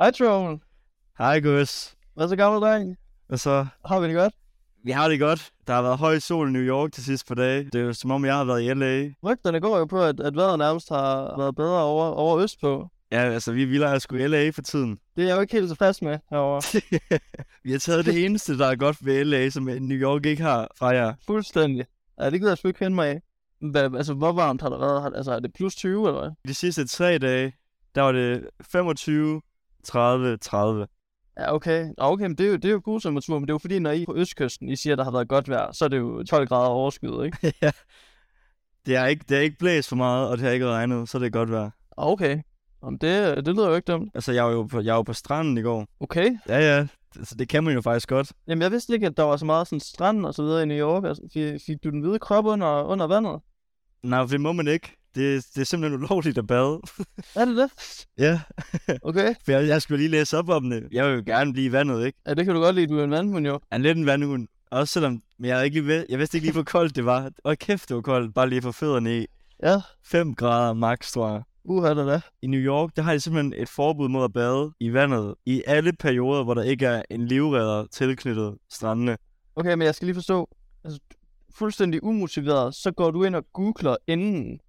Hej Troel. Hej Gus. Hvad så gammel dreng? Hvad så? Har vi det godt? Vi har det godt. Der har været høj sol i New York de sidste par dage. Det er jo som om, jeg har været i L.A. Rygterne går jo på, at, at vejret nærmest har været bedre over, over østpå. Ja, altså vi vildere er sgu i L.A. for tiden. Det er jeg jo ikke helt tilfreds med herovre. Vi har taget det eneste, der er godt ved L.A., som øh, New York ikke har fra jer. Fuldstændig. Ja, det gider jeg sgu ikke finde mig af. Hvad, altså, hvor varmt har det været? Har- Altså, er det plus 20 eller hvad? De sidste tre dage, der var det 25, 30, 30. Ja, okay. Nå, Okay, men det er jo, det er jo gode temperaturer, men det er jo fordi, når I på østkysten, I siger, at der har været godt vejr, så er det jo 12 grader overskyet, ikke? Det er ikke, det er ikke blæst for meget, og det har ikke regnet, så det er godt vejr. Okay. Jamen, det, det lyder jo ikke dumt. Altså, jeg var jo på, jeg var på stranden i går. Okay. Ja, ja. Altså, det kan man jo faktisk godt. Jamen, jeg vidste ikke, at der var så meget sådan strand og så videre i New York. Altså, fik, fik du den hvide krop under, under vandet? Nej, for det må man ikke. Det, det er simpelthen ulovligt at bade. Er det det? Ja, Okay. for jeg, jeg skulle lige læse op om det. Jeg vil jo gerne blive i vandet, ikke? Ja, det kan du godt lide, du er en vandhund jo. Han er lidt en vandhund. Også selvom, men jeg, havde ikke lige ved, jeg vidste ikke lige, hvor koldt det var. Og kæft, det var koldt, bare lige for fødderne i. Ja, 5 grader max, tror jeg. uha da da. I New York, der har de simpelthen et forbud mod at bade i vandet i alle perioder, hvor der ikke er en livredder tilknyttet strandene. Okay, men jeg skal lige forstå. Altså, du- fuldstændig umotiveret, så går du ind og googler inden,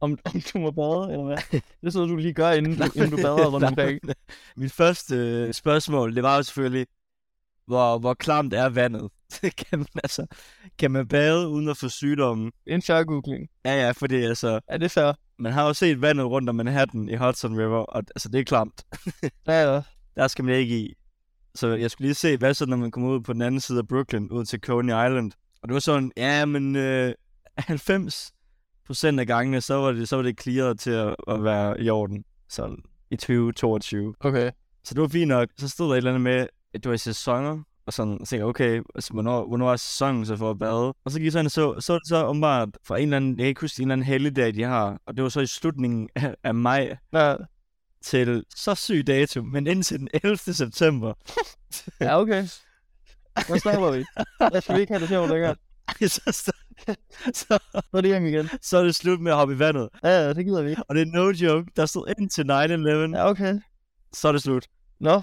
om, om du må bade, eller hvad? Det er sådan, noget, du lige gør, inden du, inden du bader rundt omkring. Mit første øh, spørgsmål, det var jo selvfølgelig, hvor, hvor klamt er vandet? kan, man, altså, kan man bade uden at få sygdommen? En googling. Ja, ja, fordi altså, Er det fair? man har jo set vandet rundt om Manhattan i Hudson River, og altså, det er klamt. Ja, ja. der skal man ikke i. Så jeg skulle lige se, hvad så, når man kommer ud på den anden side af Brooklyn, ud til Coney Island. Og det var sådan, ja, men øh, 90 procent af gangene, så var det, så var det clearet til at, at være i orden. Sådan i 2022. Okay. Så det var fint nok. Så stod der et eller andet med, at det var i sæsoner. Og sådan, så tænkte jeg, okay, altså, hvornår, hvornår er sæsonen så for at bade? Og så gik jeg så ind og så, så er det så åbenbart fra en eller anden, jeg kan ikke huske, en eller anden helligdag, de har. Og det var så i slutningen af, af maj, Ja, til så syg dato, men indtil den 11. september. ja okay. Hvad snakker vi? Jeg skal vi ikke have det sjovt længere. så, så, så, Så er det hjem igen. så er det slut med at hoppe i vandet. Ja, ja, det gider vi ikke. Og det er no joke, der stod indtil 9-11, Ja, ja. okay. så er det slut. Nå,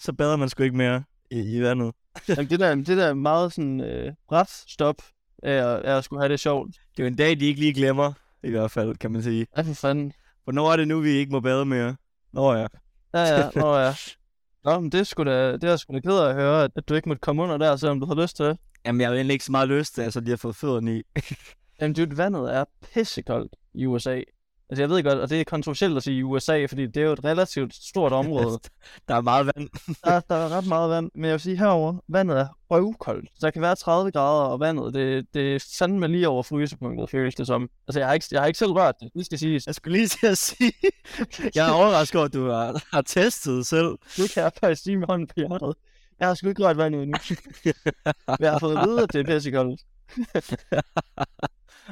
Så bader man sgu ikke mere i, i vandet. Jamen, det der, det der er meget sådan øh, ret stop af, at- af at skulle have det sjovt. Det er jo en dag, de ikke lige glemmer, i hvert fald, kan man sige. Ja, for fanden. Hvornår er det nu, vi ikke må bade mere? Nå ja. Ja, ja, nå ja. Nå, men det er sgu da, det er jeg sgu da ked af at høre, at- at du ikke måtte komme under der, selvom du har lyst til det. Jamen, jeg har jo egentlig ikke så meget lyst til, altså, de har fået fødderne i. Jamen, dude, vandet er pissekoldt i USA. Altså, jeg ved godt, og det er kontroversielt at sige i USA, fordi det er jo et relativt stort område. Der er meget vand. Der, der er ret meget vand, men jeg vil sige herover, vandet er røvkoldt. Så der kan være 30 grader, og vandet, det, det er fandme lige over frysepunktet, føles det som. Altså, jeg har ikke, jeg har ikke selv rørt det, det skal siges. Jeg skulle lige til at sige, jeg er overrasket over, at du har, har testet selv. Det kan jeg faktisk sige med hånden på hjertet. Jeg har sgu ikke rørt vand endnu. jeg har fået at vide, at det er pissekoldt.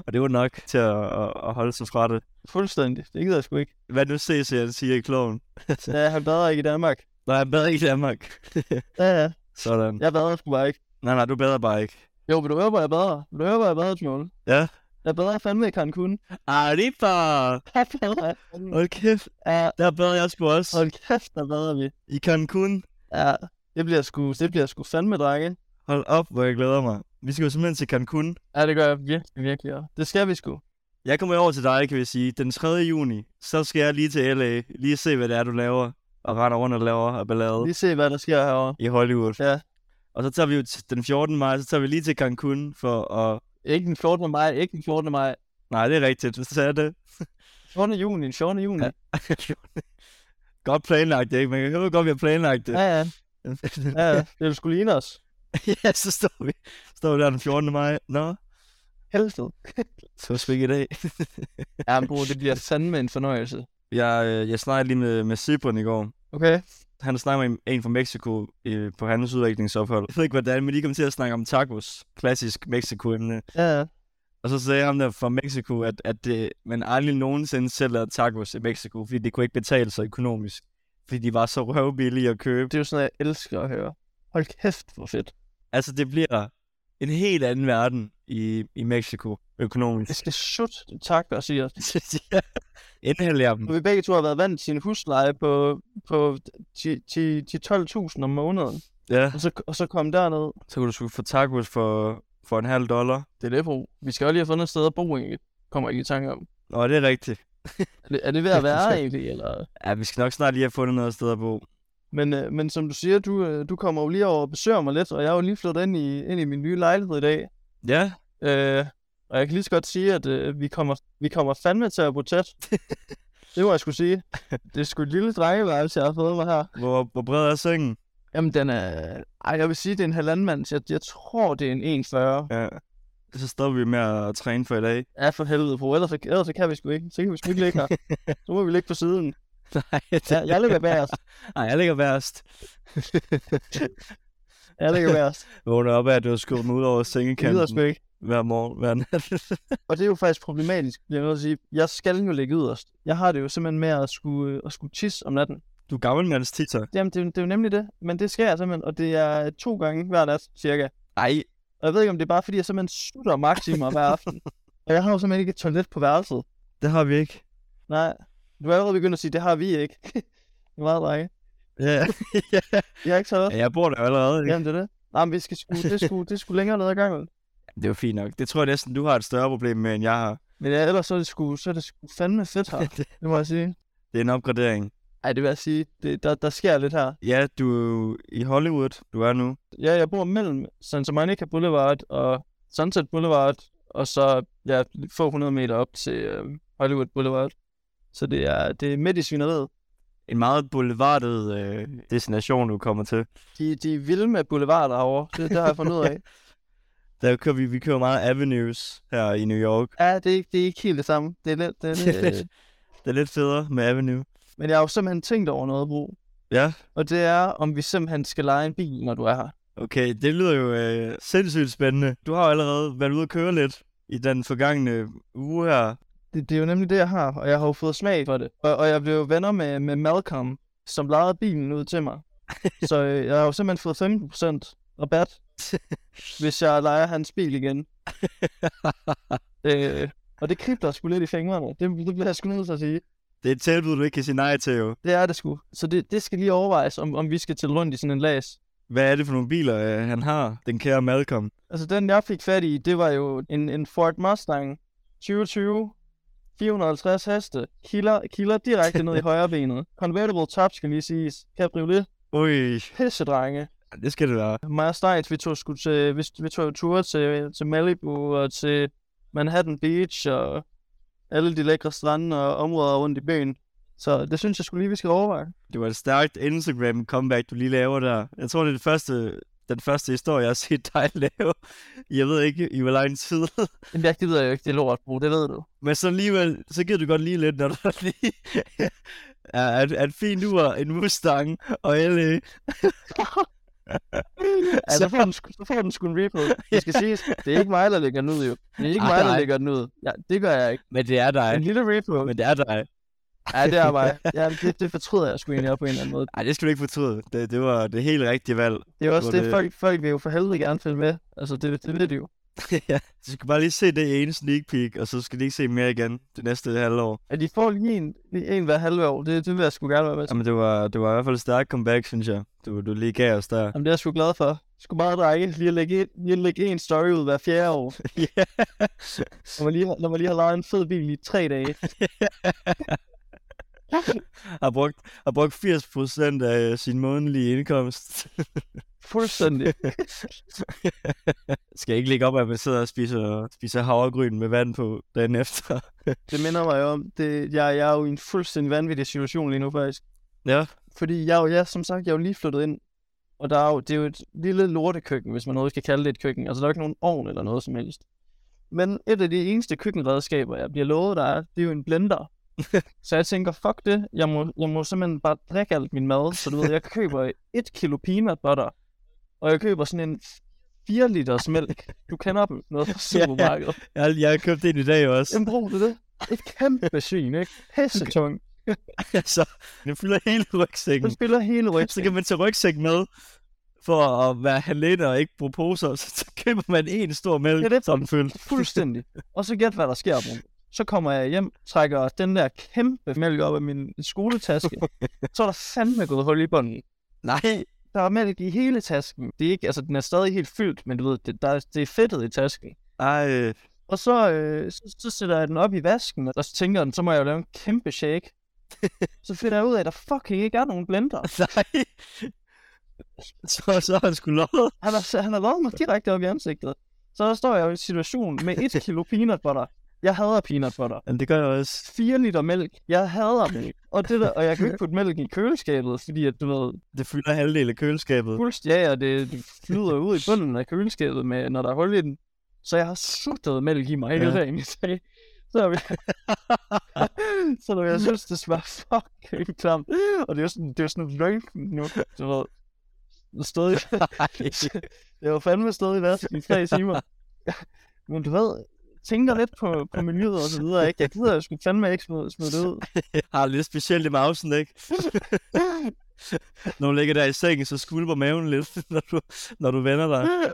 Og det var nok til at, at, at holde sig fra det. Fuldstændig. Det gider jeg sgu ikke. Hvad nu ses jeg, siger i kloven. Ja, han bader ikke i Danmark. Nej, jeg bader ikke i Danmark. Ja, ja. Sådan. Jeg bader sgu bare ikke. Nej, nej, du bader bare ikke. Jo, vil du høre, hvor jeg bader? Vil du høre, hvor jeg bader, Smule? Ja. Jeg bader fandme i Cancun. Arriba! Jeg bader i Cancun. Ah, Hold kæft, Ja, der bader jeg sgu også. hold kæft, der bader vi. I Cancun. Ja, det bliver sgu, det bliver sgu fandme, drenge. Hold op, hvor jeg glæder mig. Vi skal jo simpelthen til Cancun. Ja, det gør jeg virkelig, virkelig. og Det skal vi sgu. Jeg kommer over til dig, kan vi sige. Den 3. juni, så skal jeg lige til LA. Lige se, hvad det er, du laver. Og render rundt og laver og ballade Lige se, hvad der sker herovre. i Hollywood. Ja. Og så tager vi jo t- den 14. maj, så tager vi lige til Cancun for at... Ikke den 14. maj, ikke den 14. maj. Nej, det er rigtigt. Så er det. 14. juni, den 14. juni. Ja. godt planlagt, ikke? Man kan høre, hvor godt vi har planlagt det. Ja, ja, ja. ja. Det vil sgu ligne os. ja, så står vi, står vi der den 14. maj. Nå, Helvede. så er ikke i dag. Ja, men bror, det bliver fandme en fornøjelse. Jeg, øh, jeg snakkede lige med, med Sibron i går. Okay. Han Han snakker med en- en fra Mexico øh, på hans udviklingsophold. Jeg ved ikke hvordan, men de kom til at snakke om tacos. Klassisk Mexico-emne. Ja, Og så sagde ham der fra Mexico, at, at det, man aldrig nogensinde sælger tacos i Mexico, fordi det kunne ikke betale sig økonomisk. Fordi de var så røvbillige at købe. det er jo sådan noget, jeg elsker at høre. Hold kæft, hvor fedt. Altså, det bliver en helt anden verden i, i Mexico økonomisk. Jeg skal sut tak og siger, Indhælder dem. Og vi begge to har været vant til en husleje på, på 10-12.000 om måneden. Ja, Og så, og så kom derned. så kunne du sgu få tacos for, for en halv dollar. Det er det, bro. Vi skal jo lige have fundet et sted at bo, egentlig. Kommer jeg ikke i tanke om. Nå, det er rigtigt. Er det, er det ved at være, egentlig? Eller? Ja, vi skal nok snart lige have fundet noget sted at bo. Men, øh, men som du siger, du, øh, du kommer jo lige over og besøger mig lidt, og jeg er jo lige flyttet ind i, ind i min nye lejlighed i dag. Ja, Øh, og jeg kan lige så godt sige, at øh, vi, kommer, vi kommer fandme til at bo tæt. det må jeg skulle sige. Det er sgu et lille drengeværelse, jeg har fået mig her. hvor, hvor bred er sengen? Jamen, den er... Ej, jeg vil sige, det er en halvanden mands. Jeg, jeg tror, det er en 1,40. Ja. Så stopper vi med at træne for i dag. Ja, for helvede, bro. Ellers, ellers så kan vi sgu ikke. Så kan vi sgu ikke ligge her. Så må vi ligge på siden. Nej, det... Ja, jeg ligger bagerst. Ej, jeg ligger værst. Jeg ligger bagerst. Vågner op af, at du har skubbet mig ud over Det gider sgu sengekanten ikke. hver morgen, hver nat. Og det er jo faktisk problematisk, bliver jeg nødt til at sige. Jeg skal jo ligge yderst. Jeg har det jo simpelthen med at skulle, øh, at skulle tisse om natten. du er gammelmands titter. Jamen, det, er jo- det er jo nemlig det. Men det sker jeg simpelthen, og det er øh, to gange hver nat, cirka. Ej, Og jeg ved ikke, om det er bare fordi, jeg simpelthen sutter max i mig hver aften. Og jeg har jo simpelthen ikke et toilet på værelset. det har vi ikke. Nej, du er allerede begyndt at sige, det har vi ikke. det er meget drenge. Ja, Jeg har ikke toilet. ja jeg bor der jo allerede. Ikke? Jamen, det er det. Nej, men vi skal sgu, det, skulle, det skulle længere ned ad gangen. Det er jo fint nok. Det tror jeg næsten, du har et større problem med, end jeg har. Men ja, ellers så er det sgu, så er det sgu fandme fedt her, det må jeg sige. Det er en opgradering. Ej, det vil jeg sige, det, der, der sker lidt her. Ja, du er jo i Hollywood, du er nu. Ja, jeg bor mellem Santa Monica Boulevard og Sunset Boulevard, og så ja, få 100 meter op til øh, Hollywood Boulevard. Så det er, det er midt i svineriet. En meget boulevardet øh, destination, du kommer til. De, de er vilde med boulevarder herovre, det, det har jeg fundet ud af. Der kører vi, vi kører meget avenues her i New York. Ja, det, er ikke- det er ikke helt det samme. Det er lidt, det er lidt, øh, Det er lidt federe med avenue. men jeg har jo simpelthen tænkt over noget, Bro. Ja, Og det er, om vi simpelthen skal lege en bil, når du er her. okay. Det lyder jo øh, sindssygt spændende. Du har jo allerede været ude at køre lidt i den forgangne uge her. Det, det er jo nemlig det, jeg har, og jeg har jo fået smag for det. Og, og jeg blev jo venner med, med Malcolm, som lejede bilen ud til mig. Så øh, jeg har jo simpelthen fået 15% rabat, hvis jeg leger hans bil igen. øh, og det kribler sgu lidt i fingrene. Det, det bliver jeg sgu nødt til at sige. Det er et tilbud, du ikke kan sige nej til jo. Det er det sgu. Så det, det skal lige overvejes, om, om vi skal til rundt i sådan en las. Hvad er det for nogle biler, øh, han har, den kære Malcolm? Altså den, jeg fik fat i, det var jo en, en Ford Mustang 2020. 450 heste. Kilder, kilder direkte ned i højre benet. Convertible top, skal lige siges. Cabriolet. Ui, Pisse, drenge. det skal det være. Mig og Steins, vi tog, sgu til, vi, vi tog jo ture til, til Malibu og til Manhattan Beach og alle de lækre strande og områder rundt i byen. Så det synes jeg skulle lige, vi skal overveje. Det var et stærkt Instagram-comeback, du lige laver der. Jeg tror, det er det første, den første historie, jeg har set dig lave. Jeg ved ikke, i hvor lang tid. Men jeg gider jo ikke det lort, bro. Det ved du. Men så alligevel, så giver du godt lige lidt, når du lige er, er, er et fint ur, en Mustang og E. LA. Ja, så får den, sgu- så får den sgu en replay. Det skal siges, det er ikke mig, der lægger den ud, jo. Det er ikke Ej, mig, der nej. lægger den ud. Ja, det gør jeg ikke. Men det er dig. En lille replay. Men det er dig. Ja, det er mig. Ja, det, det fortryder jeg sgu egentlig på en eller anden måde. Ej, det skal du ikke fortryde. Det, det var det helt rigtige valg. Det er jo også Hvor det, det- folk, folk vil jo for helvede gerne følge med. Altså, det, det ved de jo. ja. Du skal bare lige se det ene sneak peek, og så skal de ikke se mere igen det næste halvår. At de får lige en, lige en hver halve år, det, det vil jeg sgu gerne være med til. Jamen, det var, det var i hvert fald et stærkt comeback, synes jeg. Du, du lige gav os der. Jamen, det er jeg sgu glad for. Sgu meget drenge, lige at lægge, en- lige at lægge en story ud hver fjerde år. ja. Når man lige, har- når man lige har lejet en fed bil i tre dage. Har brugt, har brugt 80% af sin månedlige indkomst. Fuldstændig. skal ikke ligge op, at man sidder og spiser, spiser havregryn med vand på dagen efter. Det minder mig jo om, det, jeg, jeg er jo i en fuldstændig vanvittig situation lige nu, faktisk. ja, Fordi jeg, er jo- jeg, er som sagt, jeg er jo lige flyttet ind, og der er jo, det er jo et lille lortekøkken, hvis man overhovedet skal kalde det et køkken. Altså, der er jo ikke nogen ovn eller noget som helst. Men et af de eneste køkkenredskaber, jeg bliver lovet, der er, det er jo en blender. så jeg tænker, fuck det, jeg må, jeg må simpelthen bare drikke alt min mad. Så du ved, jeg køber et kilo peanut butter, og jeg køber sådan en 4 liters mælk. Du kender dem, noget fra supermarkedet. jeg, jeg har købt en i dag også. Jamen, brug det det. Et kæmpe svin, ikke? Hessetung. så det fylder hele rygsækken. Den spiller hele Så rygsækken. kan man tage rygsæk med. for at være halene og ikke bruge poser, så, så køber man en stor mælk, Det er det. så er den fyldt. Fuldstændig. og så gæt, hvad der sker, Bruno. Så kommer jeg hjem, trækker den der kæmpe mælk op af min skoletaske. så er der fandme gået hul i bunden. Nej, Der er mælk i hele tasken. Det er ikke, altså, den er stadig helt fyldt, men du ved, det, der, er- det er fedtet i tasken. ej. Og så, øh, så, så sætter jeg den op i vasken, og så tænker den, så må jeg jo lave en kæmpe shake. så finder jeg ud af, at der fucking ikke er nogen blender. Nej. Så, så er han sgu lovet. Han har, han har lavet mig direkte op i ansigtet. Så der står jeg jo i en situation med et kilo peanut butter. Jeg hader peanut butter. Men det gør jeg også. 4 liter mælk. Jeg hader mælk. Og, det der, og jeg kan jo ikke putte mælken i køleskabet, fordi at, du ved, Det fylder halvdelen af køleskabet. fuldst ja, og det, det flyder ud i bunden af køleskabet, med, når der er hul i den. Så jeg har suttet mælk i mig hele Ja. dagen i dag. Så når, jeg, så når jeg synes, det smager fucking klamt. Og det er jo sådan, det er jo sådan løgn nu. Du ved, stadig jeg var fandme stadig i vasken i tre timer. Men du ved, tænker lidt på, på miljøet og så videre, ikke? Jeg gider jo sgu fandme ikke smide, smide det ud. Jeg har lidt specielt i mausen, ikke? Når du ligger der i sengen, så skulper maven lidt, når du, når du vender dig.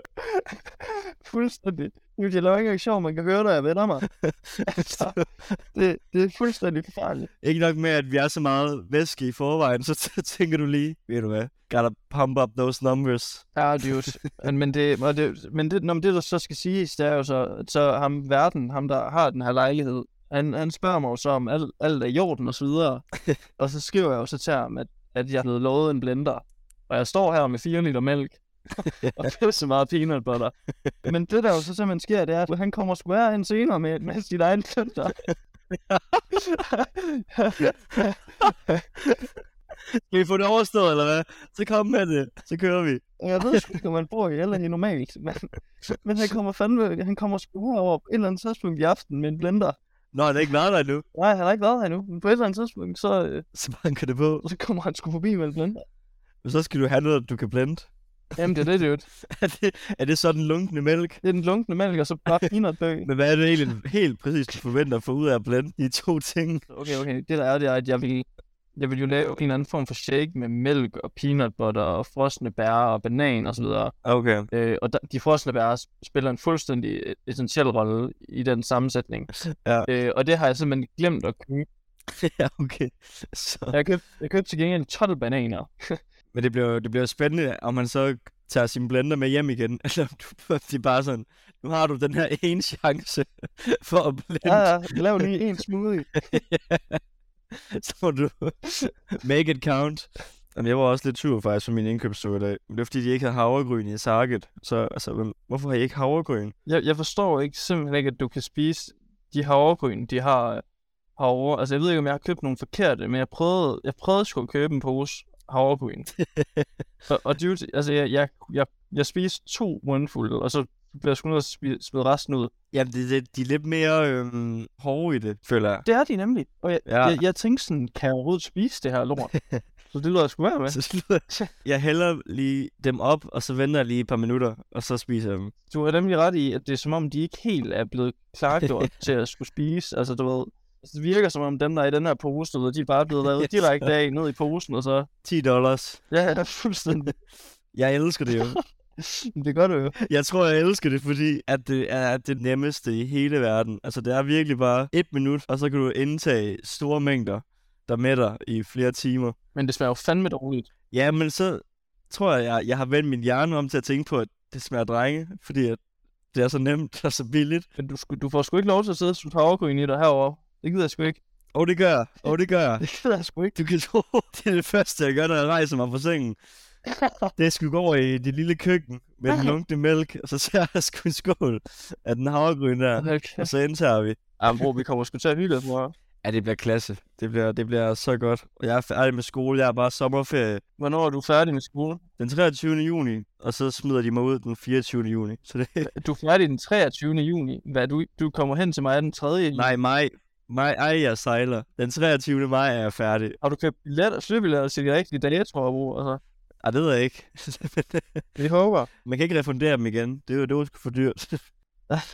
fuldstændig. Nu er det ikke sjov, man kan høre, når jeg vender mig. Altså, det, det er fuldstændig forfærdeligt. Ikke nok med, at vi er så meget væske i forvejen, så t- tænker du lige, ved du hvad, gotta pump up those numbers. Ja, dude. Men, men, det, og det, men det, når det, der så skal siges, det er jo så, at så ham verden, ham der har den her lejlighed, han, han spørger mig jo så om alt, alt er i orden og så videre. og så skriver jeg jo så til ham, at, at jeg er blevet lovet en blender. Og jeg står her med 4 liter mælk. og pisse meget peanut butter. Men det der jo så simpelthen sker, det er, at han kommer sgu her hen senere med, med sin egen kønter. Kan vi få det overstået, eller hvad? Så kom med det, så kører vi. Jeg ved sgu ikke, om man bor i LA normalt, men, men han kommer fandme, han kommer sgu herover på et eller andet tidspunkt i aften med en blender. Nå, det er ikke været der endnu. Nej, han har ikke været her endnu, men på et eller andet tidspunkt, så, øh, Så banker det på. så kommer han sgu forbi med en blender. Men så skal du have noget, du kan blende. Jamen, det er det, dude. Er det, er det sådan lunkende mælk? Det er den lunkende mælk, og så bare peanutbøg. Men hvad er det egentlig helt præcis, du forventer at få ud af at blende de to ting? Okay, okay, det der er, det er, at jeg vil, jeg vil jo lave en eller anden form for shake med mælk og peanut butter og frosne bær og banan og så videre. Okay. Øh, og der, de frosne bær spiller en fuldstændig øh, essentiel rolle i den sammensætning. Ja. Øh, og det har jeg simpelthen glemt at købe. ja, okay. Så. Jeg købte, jeg købte til gengæld 12 bananer. Men det bliver, det bliver spændende, om man så tager sin blender med hjem igen. Eller om du det er bare sådan, nu har du den her ene chance for at blende. Ja, ja, lav lige en smoothie. så må du make it count. Jamen, jeg var også lidt sur faktisk for min indkøbstur i dag. Men det var fordi, de ikke havde havregryn i Target. Så altså, hvem- hvorfor har I ikke havregryn? Jeg, jeg forstår ikke simpelthen ikke, at du kan spise de havregryn, de har øh, havre. Altså, jeg ved ikke, om jeg har købt nogle forkerte, men jeg prøvede, jeg prøvede sgu at købe en pose havregryn. og, og dude, altså, jeg, jeg, jeg, jeg spiste to mundfulde, og så blev jeg sgu nødt til at smi- smide resten ud. Jamen, det, det, de er lidt mere øhm, hårde i det, føler jeg. Det er de nemlig. Og jeg, Ja. ja. jeg, jeg tænkte sådan, kan jeg overhovedet spise det her lort? så det lyder jeg sgu være med. Så slutter jeg hælder lige dem op, og så venter jeg lige et par minutter, og så spiser jeg dem. Du har nemlig ret i, at det er som om, de ikke helt er blevet klargjort til at skulle spise. Altså, du ved, altså, det virker som om dem, der er i den her pose, du ved, de er bare blevet lavet direkte af ned i posen, og så... 10 dollars. Ja, ja, fuldstændig. Jeg elsker det jo. Men det gør du jo. Jeg tror, jeg elsker det, fordi at det er det nemmeste i hele verden. Altså, det er virkelig bare et minut, og så kan du indtage store mængder, der mætter i flere timer. Men det smager jo fandme dårligt. Ja, men så tror jeg, jeg, jeg har vendt min hjerne om til at tænke på, at det smager af drenge, fordi at det er så nemt og så billigt. Men du, sku- du får sgu ikke lov til at sidde og suge havregryn i dig herovre. Det gider jeg sgu ikke. Åh, oh, det gør jeg. Åh, oh, det gør jeg. Det gider jeg sgu ikke. Du kan tro, det er det første, jeg gør, når jeg rejser mig fra sengen. Det skulle gå over i det lille køkken med den lunkne mælk, og så ser jeg sgu en skål af den havregryn der, Okay. og så indtager vi. Ja, bro, vi kommer sgu til at hylde, bror. Ja, det bliver klasse. Det bliver, det bliver så godt. Og jeg er færdig med skole, jeg er bare sommerferie Hvornår er du færdig med skolen? den 23. juni, og så smider de mig ud den 24. juni. Så det, Du er færdig den 23. juni. Hvad, du, du kommer hen til mig den 3. juni? nej, maj, maj, ej, jeg sejler. Den 23. maj er jeg færdig. Har du købt billetter, flybilletter til de rigtige dage, tror jeg, bror? Altså, Ej, det ved jeg ikke. det håber. Man kan ikke refundere dem igen. Det er jo, det var sgu for dyrt.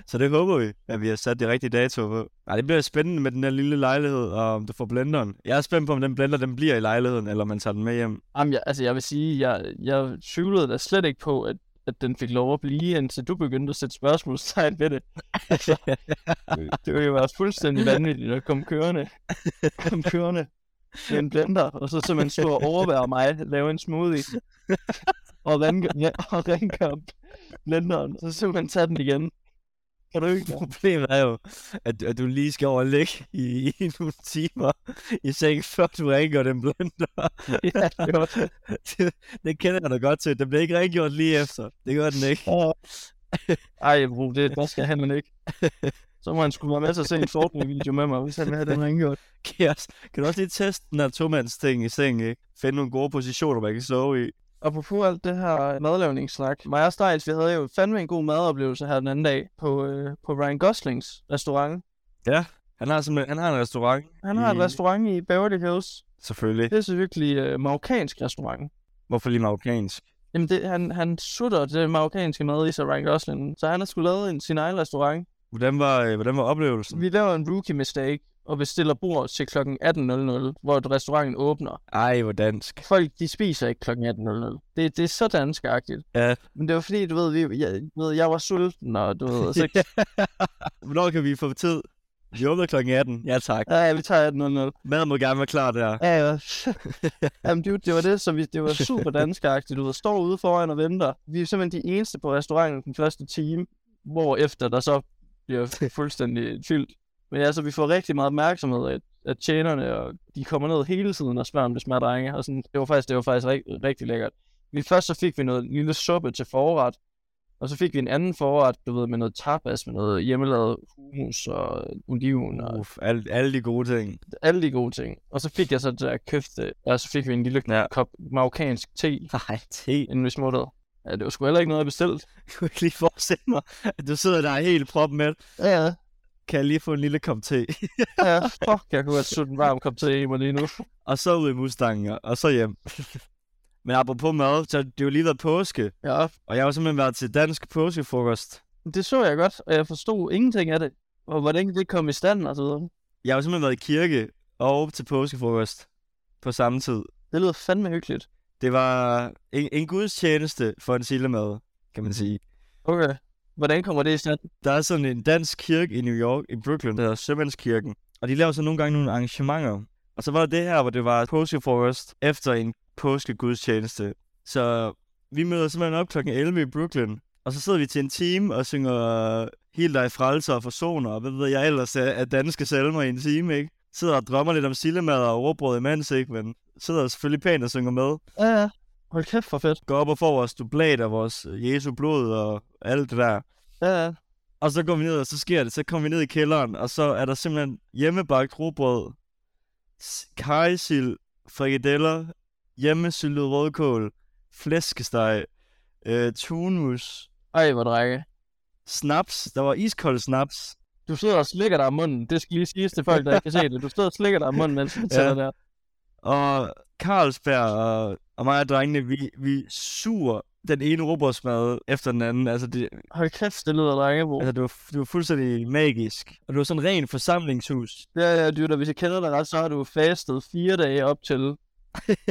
Så det håber vi, at vi har sat de rigtige datoer på. Ej, det bliver spændende med den der lille lejlighed, og om du får blenderen. Jeg er spændt på, om den blender den bliver i lejligheden, eller om man tager den med hjem. Jamen, jeg, altså, jeg vil sige, jeg, jeg tvivlede da slet ikke på, at, at den fik lov at blive, indtil du begyndte at sætte spørgsmålstegn ved det. Altså, det ville jo være fuldstændig vanvittigt at komme kørende, komme kørende med en blender, og så simpelthen stå og overvære mig, lave en smoothie, og, rengø- ja, og rengøre blenderen, så simpelthen tage den igen. Kan du ikke? Problemet er jo, at, at du lige skal overlægge i, i nogle timer i seng, før du rengør den blender. ja, det var det, det kender jeg da godt til. Den bliver ikke rengjort lige efter. Det gør den ikke. Åh. Ej, bro, det der skal han ikke. Så må han skulle være med til at se en Fortnite-video med mig, hvis han vil have den rengjort. Kan, jeg, også- kan du også lige teste den her tomandsting i sengen, ikke? Finde nogle gode positioner, man kan sove i. Apropos alt det her madlavningssnak. Mig og Stiles, vi havde jo fandme en god madoplevelse her den anden dag på, øh, på Ryan Goslings restaurant. Han har simpelthen han har en restaurant. Han har I- et restaurant i Beverly Hills. Selvfølgelig. Det er så virkelig øh, marokkansk restaurant. Hvorfor lige marokkansk? Jamen, det, han, han sutter det marokkanske mad i sig, Ryan Gosling. Så han har skulle lavet en, sin egen restaurant. Hvordan var, øh, hvordan var oplevelsen? Vi laver en rookie mistake og bestiller bord til kl. 18.00, hvor restauranten åbner. Ej, hvor dansk. folk, de spiser ikke kl. 18.00. Det, det er så danskagtigt. Ja. Men det var fordi, du ved, vi, jeg, du ved, jeg var sulten, og du ved, så Hvornår kan vi få tid? Vi åbner kl. 18. Ja, tak. ja, ja, vi tager 18.00. Mad må gerne være klar der. Ja, ja. Jamen, det, det var det, så vi, det var super danskagtigt. Du ved, står ude foran og venter. Vi er simpelthen de eneste på restauranten den første time, hvor efter der så bliver fuldstændig fyldt. Men altså, vi får rigtig meget opmærksomhed af, af tjenerne, og de kommer ned hele tiden og spørger, om det smager drenge. Og sådan, det var faktisk, det var faktisk rigtig, rigtig lækkert. Vi, først så fik vi noget lille suppe til forret, og så fik vi en anden forret, du ved, med noget tapas, med noget hjemmelavet hummus og oliven og Uff, alle, alle de gode ting. alle de gode ting. Og så fik jeg så det der køfte, og så fik vi en lille Ja. ja. kop marokkansk te, Nej, te. inden vi smuttede. Ja, det var sgu heller ikke noget, jeg bestilte. Jeg kunne ikke lige forestille mig, at du sidder der helt proppen med. Ja, ja. Kan jeg lige få en lille kop te? ja fuck, jeg kunne have suttet en varm kop te i mig lige nu. og så ud i Mustangen, og- og så hjem. Men apropos mad, så det er jo lige været påske, Ja, og jeg har jo simpelthen været til dansk påskefrokost. det så jeg godt, og jeg forstod ingenting af det. Og hvordan det kom i stand og så videre. Jeg har jo simpelthen været i kirke og til påskefrokost på samme tid. Det lyder fandme hyggeligt. Det var en, en gudstjeneste for en sillemad, kan man sige. Okay. Hvordan kommer det i stand? Der er sådan en dansk kirke i New York, i Brooklyn, der hedder Sømandskirken. Og de laver så nogle gange nogle arrangementer. Og så var der det her, hvor det var påskefrokost efter en påskegudstjeneste. Så vi møder simpelthen op kl. 11 i Brooklyn. Og så sidder vi til en time og synger helt dig frelser og forsoner, og hvad ved jeg ellers af af danske salmer i en time, ikke? Sidder og drømmer lidt om sillemad og råbrød imens, ikke? Men sidder selvfølgelig pænt og synger med Ja, ja. Hold kæft for fedt. går op og får vores dublat og vores Jesu blod og alt det der. Ja, ja. Og så går vi ned, og så sker det. Så kommer vi ned i kælderen, og så er der simpelthen hjemmebagt rugbrød, s- kajsild, frikadeller, hjemmesyltet rødkål, flæskesteg, øh, tunmus, Ej, hvor drenge. snaps. Der var iskold snaps. Du sidder og slikker dig om munden. Det skal lige siges til folk, der ikke kan se det. Du sidder og slikker dig om munden, mens du ja. der. Og Carlsberg og, og mig og drengene, vi, vi suger den ene rugbrødsmad efter den anden. Altså, det, Hold kæft, det lyder drengebro. altså det, var, det var fuldstændig magisk. Og det var sådan en ren forsamlingshus. Ja, ja, dyrt, og hvis jeg kender dig ret, så har du fastet fire dage op til,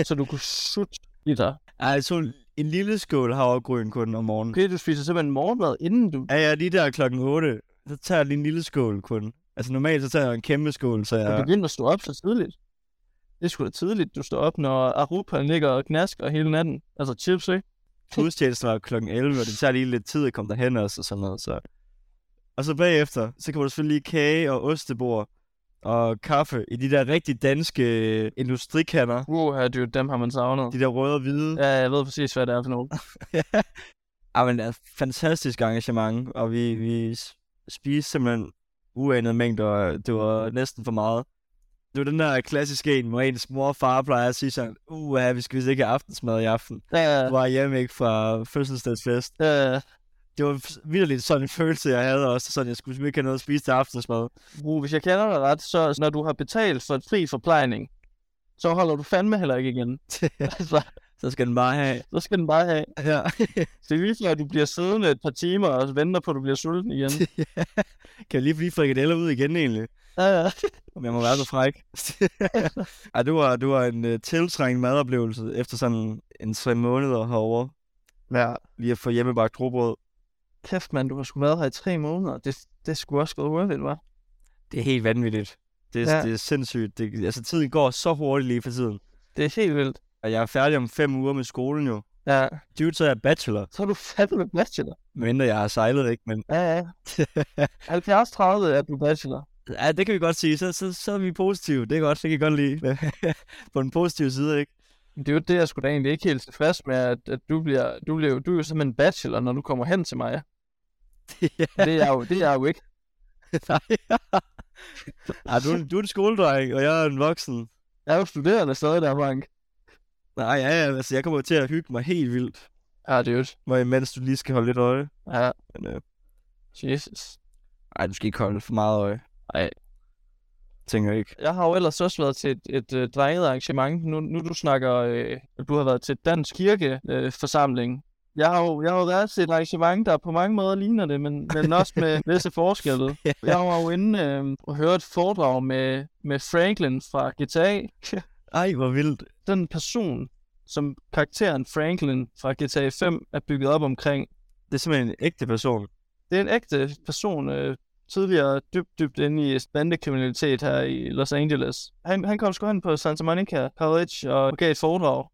så du kunne sutte i dig. Ej, jeg tog en, Altså, en lille skål havregryn kun om morgenen. Okay, du spiser simpelthen morgenmad, inden du... Er jeg lige der klokken 8, så tager jeg lige en lille skål kun. Altså normalt så tager jeg en kæmpe skål, så Ja. Du jeg... begynder at stå op så tidligt. Det er sgu da tidligt, du står op, når Arupa ligger og gnasker hele natten. Altså chips, ikke? Gudstjenesten var klokken 11, og det tager lige lidt tid at komme derhen også og sådan noget, så... Og så bagefter, så kommer der selvfølgelig lige kage og ostebord og kaffe i de der rigtig danske industrikander. Wow, her dyrt, dem har man savnet. De der røde og hvide. Ja, jeg ved præcis, hvad det er for noget. Ej, men det er et fantastisk engagement, og vi, vi s- spiste simpelthen uanede mængder, og det var næsten for meget. Det var den der klassiske en, hvor ens mor og far plejer at sige sådan, uha, vi skal vist ikke have aftensmad i aften. Ja, ja, Du var hjemme ikke fra fødselsdagsfest. ja. Det var f- vildt sådan en følelse, jeg havde også, sådan jeg skulle simpelthen ikke have noget at spise til aftensmad. Wow, hvis jeg kender dig ret, så når du har betalt for fri forplejning, så holder du fandme heller ikke igen. altså, Så skal den bare have. Så skal den bare have. Ja. Det er lige før, at du bliver siddende et par timer og venter på, at du bliver sulten igen. kan jeg lige få de frikadeller ud igen egentlig? ja, ja. Om jeg må være så fræk. Ej, det var, det var en uh, tiltrængt madoplevelse efter sådan en tre måneder herovre. ja. Lige at få hjemmebagt grobrød. Kæft, mand, du har sgu været her i tre måneder. Det, det skulle også gået hurtigt, hva'? Det er helt vanvittigt. Det, ja. Ja. det er sindssygt. Det, altså, tiden går så hurtigt lige for tiden. Det er helt vildt. Og jeg er færdig om fem uger med skolen jo. Ja. Due til at jeg er bachelor. Så er du fandme bachelor. Mindre jeg har sejlet, ikke? Men Ja, ja. 70-30 er du bachelor. ja, det kan vi godt sige. Så, så, så er vi positive. Det er godt. Det kan jeg godt lide. på den positive side, ikke? Men det er jo det, jeg skulle da egentlig ikke helt tilfreds med, at, at du, bliver, du, bliver, jo- du er jo simpelthen bachelor, når du kommer hen til mig. ja, Det er jeg jo, det er jeg jo ikke. nej. Ej, du, er en- du er en skoledreng, og jeg er en voksen. Jeg er jo studerende stadig der, Frank. Nej, ja, ja, altså, jeg kommer til at hygge mig helt vildt. Ja, det er jo Hvor imens du lige skal holde lidt øje. Ja, Men, øh, Jesus. ej, du skal ikke holde for meget øje. Ej. Tænker jeg ikke. Jeg har jo ellers også været til et, et øh, drenget arrangement. Nu, nu du snakker, øh, at du har været til Dansk Kirkeforsamling. Øh, forsamling. jeg har jo jeg har jo været til et arrangement, der på mange måder ligner det, men, men også med visse forskelle. Jeg var jo inde øh, og hørte et foredrag med, med Franklin fra GTA. Ej, hvor vildt. den person, som karakteren Franklin fra GTA 5 er bygget op omkring, Det er simpelthen en ægte person. det er en ægte person, øh, tidligere dybt, dybt inde i bandekriminalitet her i Los Angeles. Han, han kom sgu hen på Santa Monica College og gav et foredrag.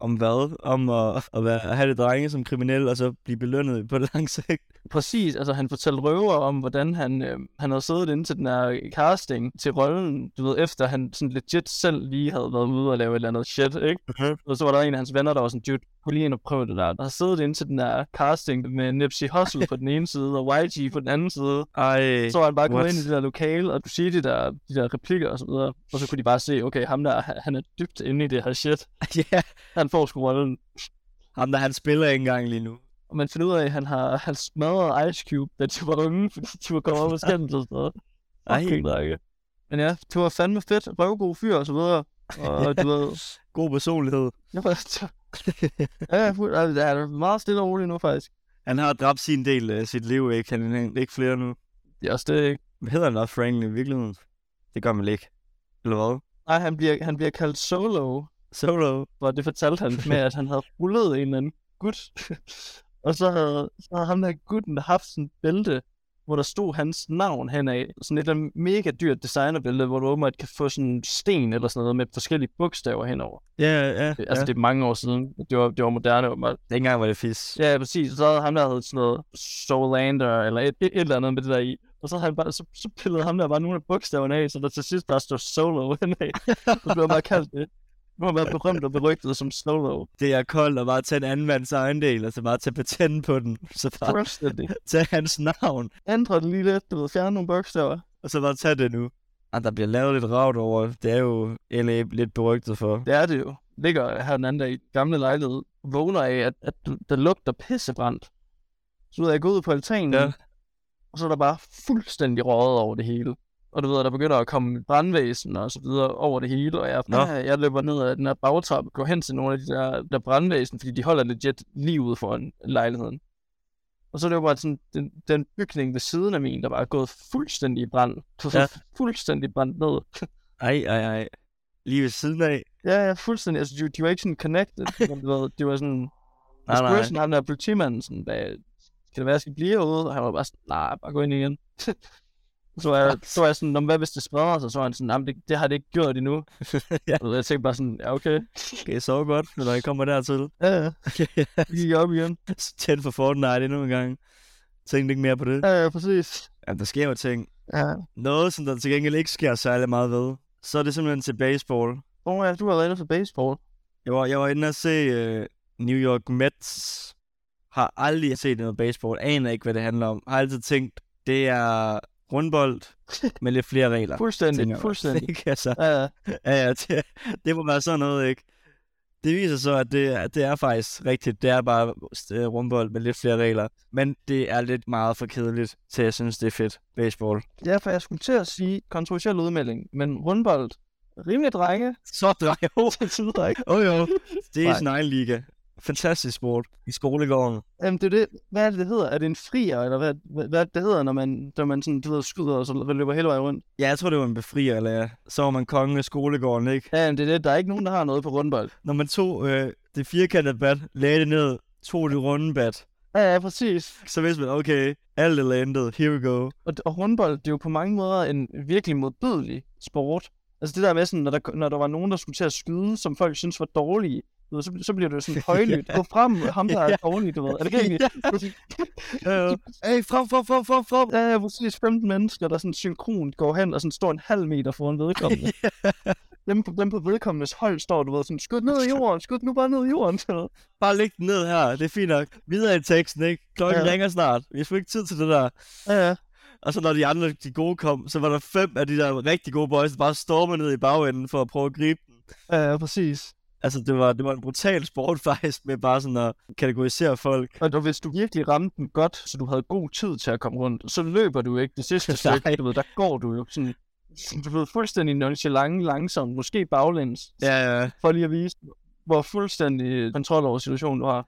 Om hvad? Om at, at, være, at have det drenge som kriminel, og så blive belønnet på lang sigt. Præcis, altså han fortalte røver om, hvordan han, øh, han havde siddet inde til den her casting til rollen, du ved, efter han sådan legit selv lige havde været ude og lave et eller andet shit, ikke? Mhm. Og så var der en af hans venner, der var sådan, dude, prøv lige ind og prøv det der. Og har siddet inde til den her casting med Nipsey Hussle på den ene side, og YG på den anden side. Ej. Så var han bare kommet What? ind i det der lokale, og du siger de der, de der replikker og så videre. Og så kunne de bare se, okay, ham der, han han er dybt inde i det her shit. ja. Han får sgu rollen. Ham der, han spiller ikke engang lige nu. Og man finder ud af, at han har han smadret Ice Cube, da de var unge, fordi de var kommet op og skændt og sådan noget. Ej. Fucking drenge. Men ja, det var fandme fedt. Røvgod fyr og så videre. Og du ved, God personlighed. jeg var... ja, jeg er fuld- altså, jeg er meget stille og rolig nu, faktisk. Han har dræbt sin del af sit liv, ikke? Han er ikke flere nu. Det er også det, ikke? Hvad hedder han også Franklin i virkeligheden? Det gør man ikke. Eller hvad? Nej, han bliver, han bliver kaldt Solo, Solo. hvor det fortalte han med, at han havde rullet en eller anden gut. og så havde, så havde ham der gutten haft sådan et bælte, hvor der stod hans navn henad. Sådan et eller andet mega dyrt designerbælte, hvor du åbenbart kan få sådan en sten eller sådan noget med forskellige bogstaver henover. Ja, ja, ja. Altså, det er mange år siden. Det var, det var moderne åbenbart. Dengang var det fis. Ja, præcis. Så havde ham der havde sådan noget Solander, eller et, et, et eller andet med det der i. Og så, havde han bare, så, så pillede ham der bare nogle af bogstaverne af, så der til sidst bare stod Solo henad. Så blev han bare kaldt det. Nu har han været berømt og berygtet som Solo. Det er koldt at bare tage en anden mands egen del, altså bare tage patent på den. Så bare Fuldstændig. tage hans navn, Ændre det lige lidt, du ved, fjerne nogle bogstaver. og så bare tage det nu. Og der bliver lavet lidt ravt over, det er jo LA lidt berygtet for. Det er det jo. Ligger her den anden dag i den gamle lejlighed, vågner af, at, at du- der lugter pissebrændt. Så ud af, jeg går ud på altanen, Ja. ja. og så er der bare fuldstændig røget over det hele. Og du ved, der begynder at komme brandvæsen og så videre over det hele, og jeg, Nå. jeg løber ned ad den her bagtrap, går hen til nogle af de der, der brandvæsen, fordi de holder legit lige ude foran lejligheden. Og så er det jo bare sådan, den, den bygning ved siden af min, der bare er gået fuldstændig i brand. Ja. Ja. Fuldstændig brændt ned. Ej, ej, ej. Lige ved siden af. Ja, ja, fuldstændig. Altså, de, de var ikke sådan connected. men du ved, det var sådan... Jeg Nej, nej. spurgte sådan ham der politimanden, sådan, hvad, kan det være, jeg skal blive herude? Og han var bare sådan, nej, bare gå ind igen. så, var jeg, så var jeg sådan, "Nå, men hvad hvis det spreder sig? Så var han sådan, nej, det, det har det ikke gjort endnu. ja, Og jeg tænkte bare sådan, ja, okay. kan I sove godt, når I kommer dertil? Ja, ja, vi gik op igen. Tænd for Fortnite endnu en gang. Tænk ikke mere på det. Ja, ja, præcis. Ja, der sker jo ting. Ja. Noget, som der til gengæld ikke sker særlig meget ved, så er det simpelthen til baseball. Hvor er det, du har været inde for baseball? Jeg var, jeg var inde og se uh, New York Mets. Har aldrig set noget baseball. Aner ikke, hvad det handler om. Har altid tænkt, det er rundbold med lidt flere regler. tænker Fuldstændig, jeg. fuldstændig. Ikke? altså, Ja, ja. ja, ja, det, det må være sådan noget, ikke? Det viser så, at det, er- det er faktisk rigtigt. Det er bare øh, rundbold med lidt flere regler. Men det er lidt meget for kedeligt, til jeg synes, det er fedt. Baseball. Ja, for jeg skulle til at sige kontroversiel udmelding, men rundbold rimelig drenge Så drejer til tider, ikke? Oh, jo. Det er Nej. sin egen liga. Fantastisk sport i skolegården. Jamen, det er jo det. Hvad er det, det hedder? Er det en frier, eller hvad, hvad, hvad er det, det hedder, når man, når man sådan, du ved, skyder og så løber hele vejen rundt? Ja, jeg tror, det var en befrier, eller ja. så var man kongen af skolegården, ikke? Ja, jamen, det er det. Der er ikke nogen, der har noget på rundbold. Når man tog øh, det firkantede bat, lagde det ned, tog det runde bat, Ja, ja, præcis. så vidste man, okay, alt er landet, here we go. Og, og rundbold, det er jo på mange måder en virkelig modbydelig sport. Altså det der med sådan, når der, når der var nogen, der skulle til at skyde, som folk synes var dårlige, du ved, så, så bliver det jo sådan højlydt. Gå frem, ham der er dårlig, du ved. Er det ikke rigtigt? Ja, ja. Hey, frem, frem, frem, frem, frem! Ja, ja, præcis 15 mennesker, der sådan synkront går hen og sådan står en halv meter foran vedkommende. dem, på, dem på vedkommendes hold står, du ved, sådan, skud ned i jorden, skud nu bare ned i jorden. du ved. Bare læg den ned her, det er fint nok. Videre i teksten, ikke? Klokken Ja. ja. ringer snart, vi får ikke tid til det der. Ja, ja. Og så når de andre, de gode kom, så var der fem af de der rigtig gode boys, der bare stormede ned i bagenden for at prøve at gribe den. Ja, ja, præcis. Altså, det var, det var en brutal sport faktisk, med bare sådan at kategorisere folk. Og du, hvis du virkelig ramte den godt, så du havde god tid til at komme rundt, så løber du ikke det sidste Nej. stykke. Du ved, der går du jo sådan, sådan, du ved, fuldstændig nonchalant, langsomt, måske baglæns, Ja, ja. for lige at vise, hvor fuldstændig kontrol over situationen du har.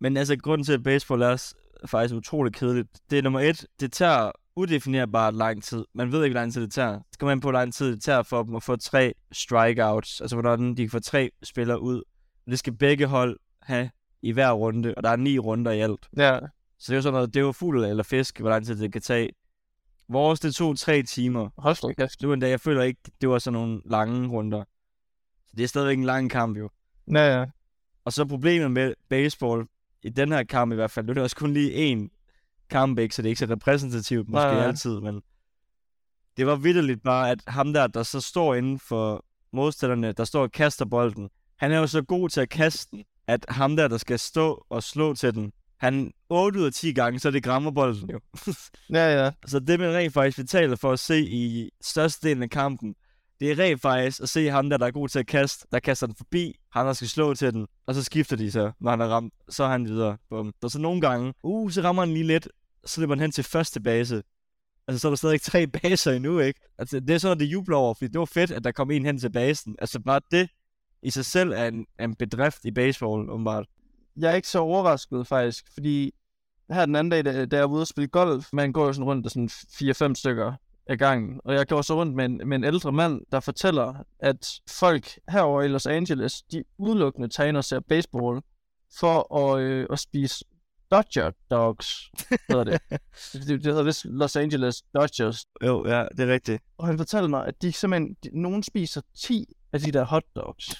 Men altså, grunden til, at baseball er s- faktisk utrolig kedeligt, det er nummer et, det tager udefinerbart lang tid. Man ved ikke, hvor lang tid det tager. Det kommer an på, hvor lang tid det tager for dem at få tre strikeouts. Altså, hvornår den- de kan få tre spillere ud. Og det skal begge hold have i hver runde, og der er ni runder i alt. Ja, Så det er jo sådan noget, det er jo fugl eller fisk, hvor lang tid det kan tage. Vores, det tog tre timer. hold da kæft. Det var en dag, jeg føler ikke, det var sådan nogle lange runder. Så det er stadigvæk en lang kamp jo. Ja, ja. Og så problemet med baseball, i den her kamp i hvert fald, nu er det også kun lige én kamp, ikke? så det er ikke så repræsentativt måske Nej, nej, nej. altid, men det var vidderligt bare, at ham der, der så står inden for modstanderne, der står og kaster bolden, han er jo så god til at kaste den, at ham der, der skal stå og slå til den, han 8 ud af 10 gange, så er det grammer bolden jo. Ja, ja. Så det, man rent faktisk betaler for at se i størstedelen af kampen, det er rent faktisk at se ham der, der er god til at kaste, der kaster den forbi, ham der skal slå til den, og så skifter de så, når han er ramt, så er han videre. Bum. Og så nogle gange, uh, så rammer han lige lidt, så løber han hen til første base. Altså, så er der stadig tre baser endnu, ikke? Altså, det er sådan, at det jubler over, fordi det var fedt, at der kom en hen til basen. Altså, bare det i sig selv er en, er en bedrift i baseball, åbenbart. Jeg er ikke så overrasket faktisk, fordi her den anden dag, da, da jeg var ude og spille golf, man går jo sådan rundt af sådan 4-5 stykker af gangen, og jeg går så rundt med en, med en ældre mand, der fortæller, at folk herover i Los Angeles, de udelukkende tager og ser baseball for at, øh, at spise Dodger Dogs, hedder det. det. Det hedder vist Los Angeles Dodgers. Jo, ja, det er rigtigt. Og han fortæller mig, at de simpelthen, de, nogen spiser 10 af de der hotdogs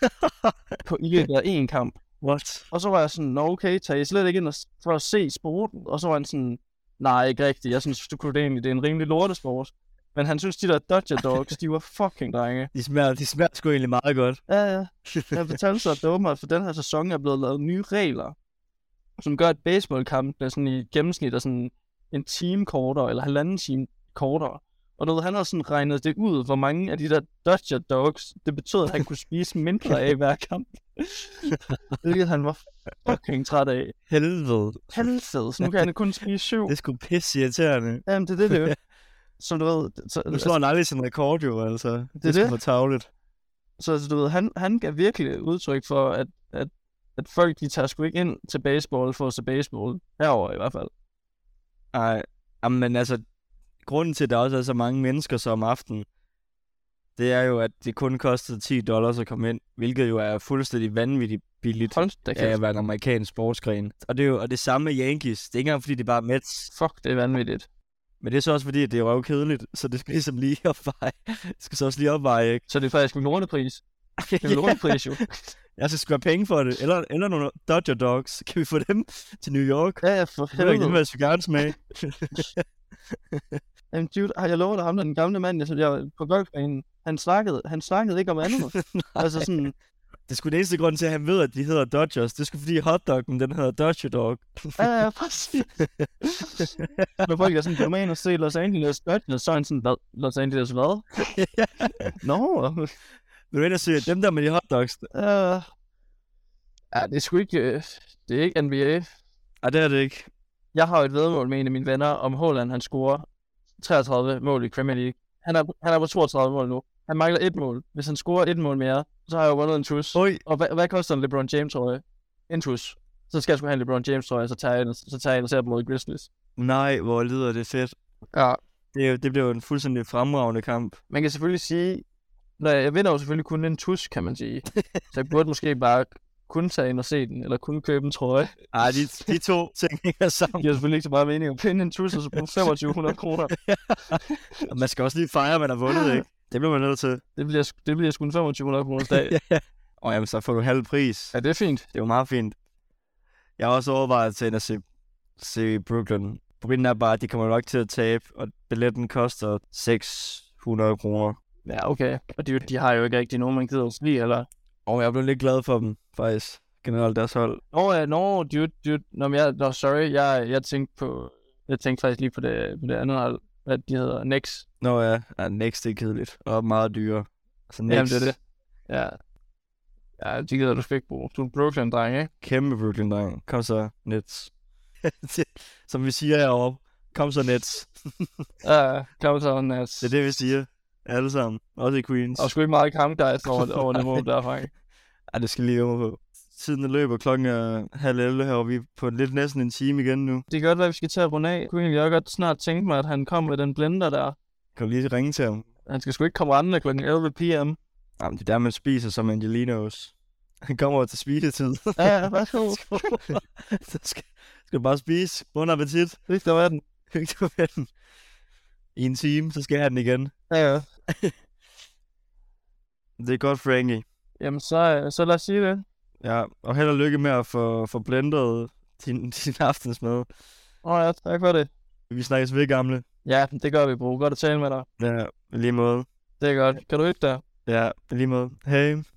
på i løbet af én kamp. What? Og så var jeg sådan, nå okay, tager I slet ikke ind og s- for at se sporten? Og så var han sådan, nej, ikke rigtigt. Jeg synes, du kunne det egentlig, det er en rimelig lortesport. Men han synes, de der Dodger Dogs, de var fucking drenge. De smager, de smager sgu egentlig meget godt. Ja, ja. Han fortalte så, at det åbenbart for den her sæson er blevet lavet nye regler, som gør, at baseballkampene sådan i gennemsnit er sådan en time kortere, eller halvanden time kortere. Og du ved, han har sådan regnet det ud, hvor mange af de der Dodger Dogs, det betød, at han kunne spise mindre af i hver kamp. Hvilket han var fucking træt af. Helvede. halvfed, så nu kan han kun spise syv. Det er sgu pisse irriterende. Jamen, det er det, det er. jo. Så du ved, så, altså, Nu slår han aldrig sin rekord jo, altså. Det, er det er det. sgu for tavligt. så, så du ved, han, han gav virkelig udtryk for, at, at, at folk, de tager sgu ikke ind til baseball for at se baseball. Herover i hvert fald. Ej, jamen, men altså, grunden til, at der også er så mange mennesker så om aftenen, det er jo, at det kun kostede 10 dollars at komme ind, hvilket jo er fuldstændig vanvittigt billigt Hold da af kæft. at være en amerikansk sportsgren. Og det er jo og det samme med Yankees. Det er ikke engang, fordi det er bare Mets. Fuck, det er vanvittigt. Men det er så også, fordi at det er røvkedeligt, så det skal ligesom lige opveje. Det skal så også lige opveje, ikke? Så det er faktisk en lortepris. Det er en lortepris jo. Jeg skal sgu have penge for det. Eller, eller nogle Dodger Dogs. Kan vi få dem til New York? Ja, ja, for Det var ikke den helvede. med cigaren smag. Jamen, dude, har jeg lovet dig ham, der er den gamle mand, jeg, jeg var på golfbanen, han snakkede, han snakkede ikke om andet. altså sådan, Det er sgu den eneste grund til, at han ved, at de hedder Dodgers. Det er sgu fordi hotdoggen, den hedder Dodger Dog. ja, ja, præcis. Når folk er sådan, du mener at se Los Angeles Dodgers, så er han sådan, hvad? Los Angeles hvad? Nå, no. Vil du ind og søge dem der med de hotdogs? Uh, ja, det er sgu ikke, øh, det er ikke NBA. Ej, det er det ikke. Jeg har jo et vedmål med en af mine venner, om Haaland han scorer 33 mål i Premier League. Han er, han er på 32 mål nu. Han mangler et mål. Hvis han scorer et mål mere, så har jeg jo vundet en tus. Oj, Og hvad, hvad koster en LeBron James trøje? En tus. Så skal jeg sgu have en LeBron James trøje, så tager jeg den, så tager jeg den og ser dem mod Grizzlies. nej, hvor lyder det fedt. Ja. Det, er jo- det blev jo en fuldstændig fremragende kamp. Man kan selvfølgelig sige, nej, jeg vinder jo selvfølgelig kun en tus, kan man sige. så jeg burde måske bare kun tage ind og se den, eller kun købe en trøje. Ej, de, de to ting hænger Det sammen. giver selvfølgelig ikke så meget mening at pinde en tus, og så bruge 2500 kroner. Og Man skal også lige fejre, at man har vundet, ikke? Det bliver man nødt til. Det bliver, sgu- det bliver sgu en 2500 kroner dag. Og jamen, så får du halv pris. ja, det er fint. Det var meget fint. Jeg har også overvejet at tage ind og se, se Brooklyn. Problemet er bare, at de kommer nok til at tabe, og billetten koster 600 kroner. Ja, okay. Og de, de har jo ikke rigtig nogen, man gider at lide, eller... Og jeg blev lidt glad for dem, faktisk. Generelt deres hold. Nå, ja, nå, dude, dude. Nå, men jeg, nå, sorry, jeg, jeg tænkte på... Jeg tænkte faktisk lige på det, på det andet hold, hvad de hedder, Nex. Nå ja, ja Next det er kedeligt. Og meget dyre. Altså Next, Jamen, det er det. Ja. Ja, de gider du sgu ikke bruge. Du er en Brooklyn-dreng, ikke? Kæmpe Brooklyn dreng. Kom så, Nets. Som vi siger heroppe. Kom så, Nets. Ja, kom så, Nats. Det er det, vi siger. Alle sammen. Også i Queens. Og sgu ikke meget kampgejst over, over niveauet der, Frank. Ej, det skal lige over på. Tiden løber klokken er halv 11 her, og vi er på lidt næsten en time igen nu. Det kan godt være, at vi skal til at runde af. Jeg kunne egentlig også godt snart tænke mig, at han kom med den blender der. Kan du lige ringe til ham? Han skal sgu ikke komme rendende kl. 11 p.m. Jamen, det er der, man spiser som Angelinos. Han kommer over til spisetid. Ja, ja, værsgo. så skal, skal du bare spise. Bon appetit. Hvis der var den. Hyg dig med den. I en time, så skal jeg have den igen. Ja, ja. Det er godt, Frankie. Jamen, så, øh, så lad os sige det. Ja, og held og lykke med at få, få blendet din, din aftensmad. Åh ja, tak for det. Vi snakkes ved, gamle. Ja, det gør vi, bro. Godt at tale med dig. Ja, i lige måde. Det er godt. Kan du hygge dig? Ja, i lige måde. Hej.